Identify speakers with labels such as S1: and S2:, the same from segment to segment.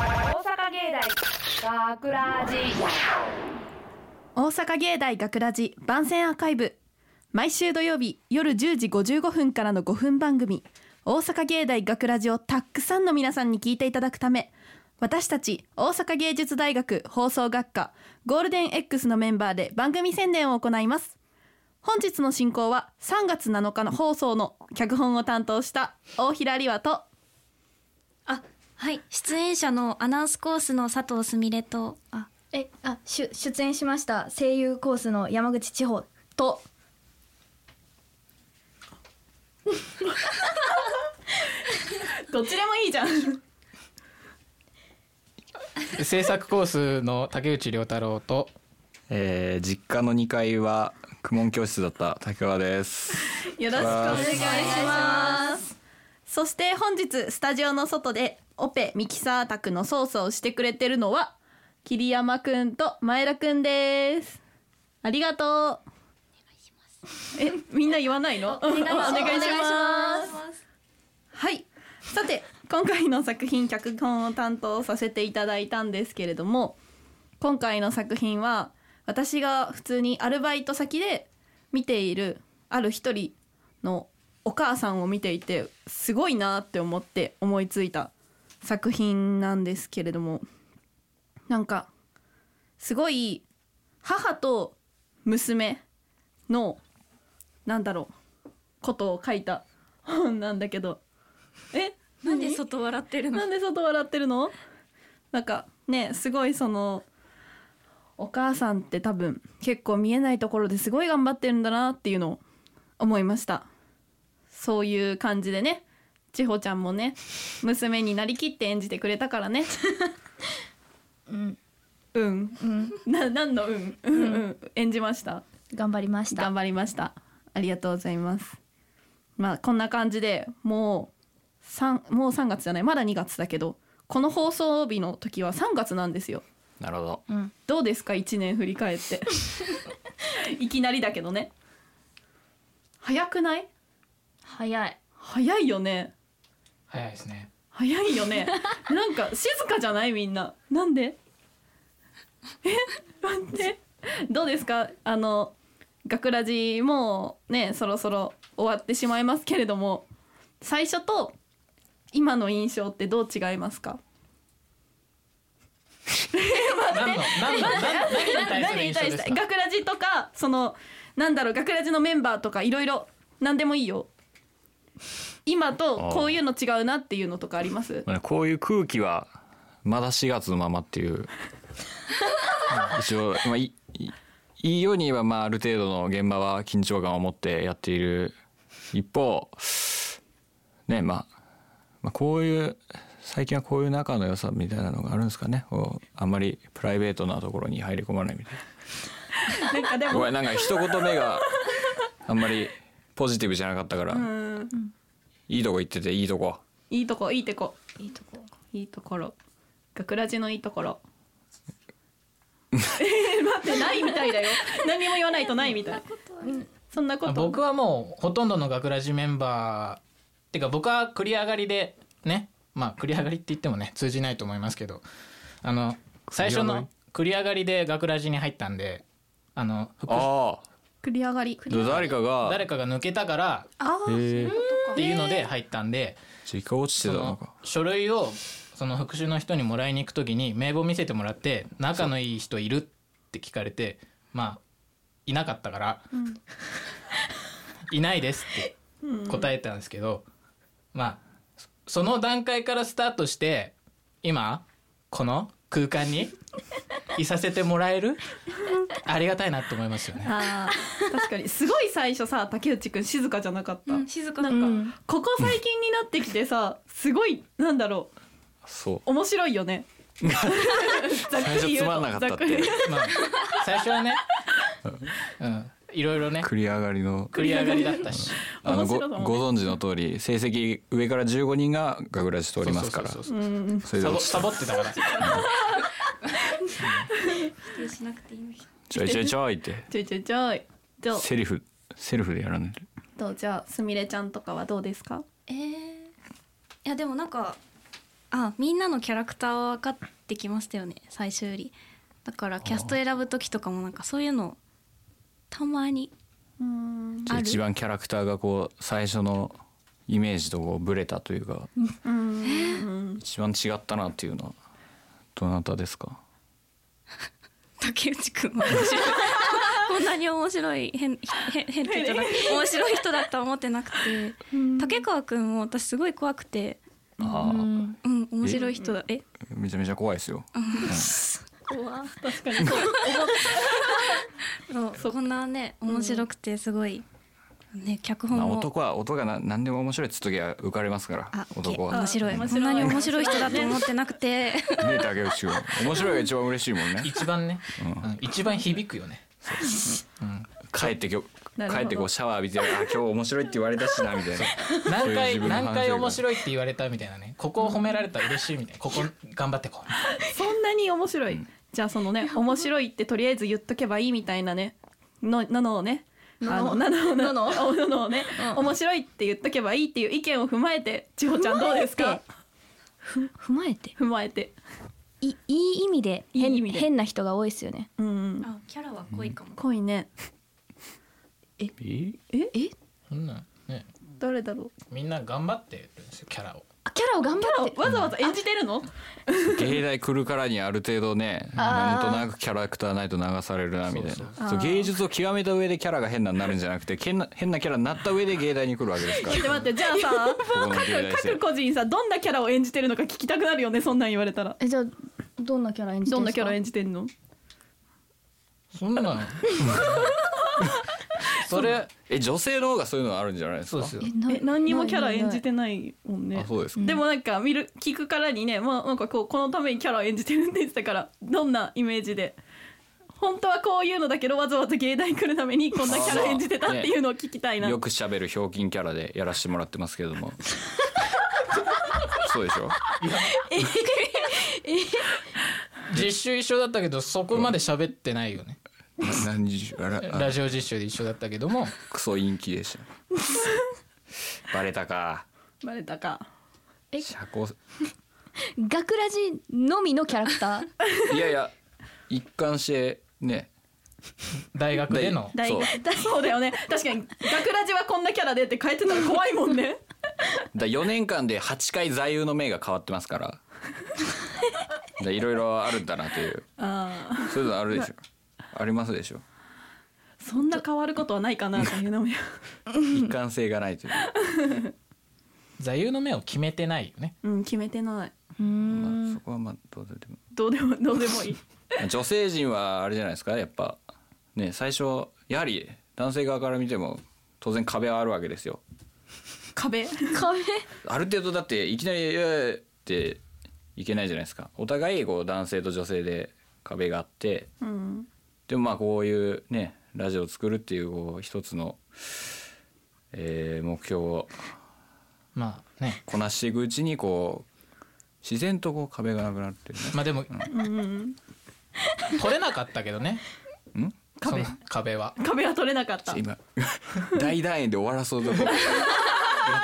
S1: 阪芸大学ラジ
S2: 大阪芸大学ラジ番宣アーカイブ毎週土曜日夜10時55分からの5分番組「大阪芸大学ラジをたくさんの皆さんに聞いていただくため私たち大阪芸術大学放送学科ゴールデン X のメンバーで番組宣伝を行います本日の進行は3月7日の放送の脚本を担当した大平里和と
S3: あ、はい、出演者のアナウンスコースの佐藤すみれと、あ、
S4: えあし出演しました声優コースの山口千穂と
S2: どっちでもいいじゃん
S5: 制作コースの竹内涼太郎と
S6: えー、実家の2階は苦問教室だった竹川です。
S2: よろしくお願いします。そして本日スタジオの外でオペミキサー宅の操作をしてくれてるのは桐山くんと前田くんです。ありがとう。え、みんな言わないの？お願いします。はい。さて今回の作品脚本を担当させていただいたんですけれども、今回の作品は私が普通にアルバイト先で見ているある一人のお母さんを見ていてすごいなって思って思いついた作品なんですけれどもなんかすごい母と娘のなんだろうことを書いた本なんだけどえ
S3: なんで外笑ってるの
S2: なんで外笑ってるのなんかねすごいそのお母さんって多分結構見えないところですごい頑張ってるんだなっていうのを思いましたそういう感じでね千穂ちゃんもね娘になりきって演じてくれたからね
S4: うん
S2: うん
S4: うん
S2: な何のうんうんうん演じました
S4: 頑張りました
S2: 頑張りましたありがとうございますまあこんな感じでもう三もう3月じゃないまだ2月だけどこの放送日の時は3月なんですよ
S6: なるほど。
S4: うん
S2: どうですか1年振り返って いきなりだけどね早くない
S4: 早い
S2: 早いよね
S5: 早いですね
S2: 早いよ ねなんか静かじゃないみんななんでえ待ってどうですかあの学ラジもうねそろそろ終わってしまいますけれども最初と今の印象ってどう違いますか
S5: 何の何の何何
S2: 何
S5: に
S2: に対
S5: 対す
S2: し
S5: る印象です
S2: て
S5: か
S2: 学ラジとかそのなんだろう学ラジのメンバーとかいろいろ何でもいいよ今とこういうの違うなっていうのとかあります
S6: まあねこういう空気はまだ4月のままっていう うん一応、まあ、いいいいように言えば、まあ、ある程度の現場は緊張感を持ってやっている一方ねまあ、まあこういう最近はこういう仲の良さみたいなのがあるんですかねこうあんまりプライベートなところに入り込まないみた
S2: な
S6: い
S2: んかで
S6: な
S2: も
S6: ごめんなんか一言目があんまりポジティブじゃなかったから、
S2: うん
S6: いいとこ行ってていいとこ
S2: いいとこいいとこ
S4: いいとこ
S2: いいところ学ラジのいいところえー待ってないみたいだよ何も言わないとないみたいそんなこと
S5: 僕はもうほとんどの学ラジメンバーってか僕は繰り上がりでねまあ繰り上がりって言ってもね通じないと思いますけどあの最初の繰り上がりで学ラジに入ったんであの副
S6: あ
S2: 繰り上がり
S6: あ誰かが
S5: 誰かが抜けたから
S2: あー
S6: え
S5: っていうので入ったんで
S6: 実家落ちて
S5: そ
S6: たの
S5: の
S6: か
S5: 書類をその復習の人にもらいに行くときに名簿見せてもらって仲のいい人いるって聞かれてまあいなかったから、いないですって答えたんですけど、まあそその段階からスタートして今この空間にいさせてもらえるありがたいなと思いますよね。
S2: あー確かにすごい最初さ竹内くん静かじゃなかった、
S3: 静か
S2: な
S3: なん
S2: か、
S3: んか、
S2: ここ最近になってきてさすごいなんだろ
S6: そう
S2: 面白いよねざっくり言うと
S6: 最初つまんなかったって
S2: ざくり言う
S5: まあ、最初はね、うん、いろいろね
S6: 繰り上がりの
S5: 繰り上がりだったし。
S6: あの
S2: 面
S6: ご
S2: 白いかもね
S6: ご存知の通り成績上から15人が学ラジ通りますから
S5: そうそうそ
S6: そ
S5: うそう
S2: うん
S6: れで
S5: サボ
S6: 落ち
S5: サ
S6: た
S5: ボってたから
S3: 否定しなくていいのに
S6: ちょいちょいちょいって
S2: ちょいちょいちょいじゃあ
S6: セリフセルフでやらない
S2: どうじゃあすみれちゃんとかはどうですか
S3: えーいやでもなんか、あ、みんなのキャラクターは分かっってきましたよね最初よりだからキャスト選ぶ時とかもなんかそういうのたまに
S2: うん
S6: じゃあ一番キャラクターがこう最初のイメージとこうブレたというか
S2: うん
S6: 一番違ったなっていうのはどなたですか
S3: 竹内くん は面白いこんなに面白い変変変って言ったら 面白い人だとは思ってなくて竹川くんも私すごい怖くて
S6: ああ
S3: うん面白い人だえ
S6: めちゃめちゃ怖いですよ
S3: 怖確かにそうこんなね面白くてすごいね脚本
S6: まあ
S3: も
S6: 男は音がな何でも面白いっつっときは浮かれますから
S3: あ、オッケー
S6: 男は
S3: 面白い。
S2: 面白い
S3: こんなに面白い人だと思ってなくて。
S6: ね竹内君面白いが一番嬉しいもんね
S5: 一番ね、
S6: ん
S5: うん一番響くよね
S6: 帰ってきょ
S2: なるほど
S6: 帰ってこうシャワー浴びてあ今日面白いって言われたしなみたいなそう
S5: 何
S6: いう自
S5: 回
S6: 分の反省
S5: 何回
S6: が
S5: 面白いって言われたみたいなねここを褒められたら嬉しいみたいなここ頑張ってこう
S2: そんなに面白い、じゃあそのね面白いってとりあえず言っとけばいいみたいなねのなのをねあのなのなのなのをね、面白いって言っとけばいいっていう意見を踏まえて千穂ちゃんどうですか
S4: ふ踏まえて
S2: 踏まえて
S4: いいい意味で変
S2: いい意味で
S4: 変な人が多いですよね
S2: うんうん
S3: あ、キャラは濃いかも。
S2: 濃いね
S6: え
S2: え
S5: そんなんね
S2: 誰だろ
S5: みんな頑張ってるんですよキャラを
S4: あキャラを頑張って
S2: うわざわざ演じてるの
S6: 芸大来るからにある程度ねなんとなくキャラクターないと流されるなみたいな
S5: そう
S6: そう芸術を極めた上でキャラが変なになるんじゃなくて変な変なキャラになった上で芸大に来るわけです から
S2: 待って待ってじゃあさ
S6: ここの芸大生
S2: 各個人さどんなキャラを演じてるのか聞きたくなるよねそんなん言われたら
S4: えじゃあどんなキャラ演じて
S2: ど
S4: る
S2: ん
S4: んで
S2: な
S4: す
S2: キ
S4: か
S2: ャラ演じてんの
S5: そんなの それ
S6: え女性の方がそういうのあるんじゃないです
S5: そう
S6: か
S5: ですよ
S4: な
S2: え何にもキャラ演じてないもんね
S6: あそうですか、
S2: でもなんか見る聞くからにね、まあ、なんかこうこのためにキャラ演じてるんで言ってたからどんなイメージで本当はこういうのだけどわざわざ芸大来るためにこんなキャラ演じてたっていうのを聞きたいな、
S6: よくしゃべるひょうきんキャラでやらせてもらってますけれどもそうでしょ
S5: 実習一緒だったけどそこまで喋ってないよね
S6: な何時あらあ
S5: ラジオ実習で 一緒だったけども
S6: クソ陰気でしたバレたか
S2: バレたか
S6: 社交
S4: 学ラジのみのキャラクター
S6: いやいや一貫してね
S5: 大学での
S2: 大
S6: そう
S2: そうだよね確かに「学ラジはこんなキャラで」って書いてたら怖いもんね
S6: だ4年間で8回座右の銘が変わってますからだいろいろあるんだなという
S2: あ
S6: そういうのあるでしょありますでしょ
S2: ー そんな変わることはないかなというのも
S6: 一貫性がないという
S5: 座右の銘を決めてないよね
S2: うん決めてないう
S4: ーん
S6: まあそこはまあどうでも
S2: どうでもどうでもいい
S6: 女性陣はあれじゃないですかやっぱね最初やはり男性側から見ても当然壁はあるわけですよ
S2: 壁
S4: 壁
S6: ある程度だっていきなり「えーっていけないじゃないですかお互いこう男性と女性で壁があって
S2: うん
S6: でもまあこういうねラジオを作るっていうこう一つの、えー目標を
S5: まあね
S6: こなしていくうちにこう自然とこう壁がなくなってる、ね、
S5: まあでも
S2: うん
S5: 取れなかったけどね
S6: ん
S5: 壁壁は
S2: 壁は取れなかった
S6: 今 大団円で終わらそうとこや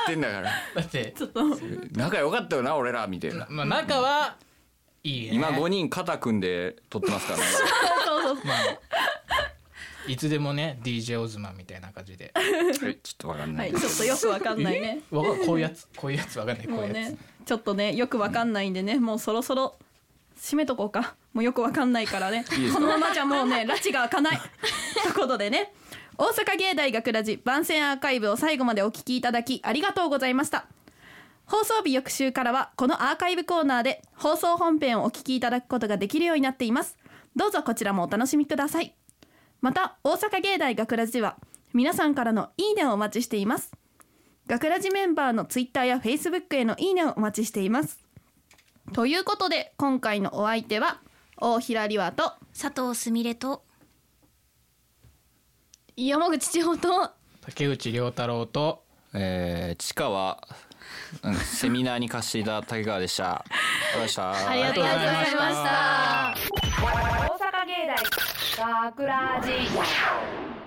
S6: ってんだから
S5: だって
S2: ちょっと
S6: 仲良かったよな俺らみたいな
S5: まあ中はいいね
S6: 今5人肩組んで撮ってますからね
S5: まあいつでもね DJ オズマンみたいな感じで
S6: はいちょっとわかん
S2: は
S6: ない
S2: い、
S6: で
S2: ちょっとよくわかんないね。
S5: わかこういうやつこういうやつわかんないこう
S2: もう
S5: いうやつ
S2: ね、ちょっとね、よくわかんないんでね、もうそろそろ。締めとこうか、もうよくわかんないからね、
S6: いです
S2: こ
S6: か
S2: のままじゃもうね、拉致が開かない。ということでね。大阪芸大学ラジ番宣アーカイブを最後までお聞きいただきありがとうございました放送日翌週からはこのアーカイブコーナーで放送本編をお聞きいただくことができるようになっていますどうぞこちらもお楽しみくださいまた大阪芸大学ラジは皆さんからのいいねをお待ちしています学ラジメンバーのツイッターやフェイスブックへのいいねをお待ちしていますということで今回のお相手は大平里和と
S3: 佐藤すみれと。
S4: 山口千穂と
S5: 竹内涼太郎と
S6: えー、地下はなんかセミナーに貸していた竹川でしたありがとうございました
S4: ありがとうございました
S1: 大阪芸大学ラジ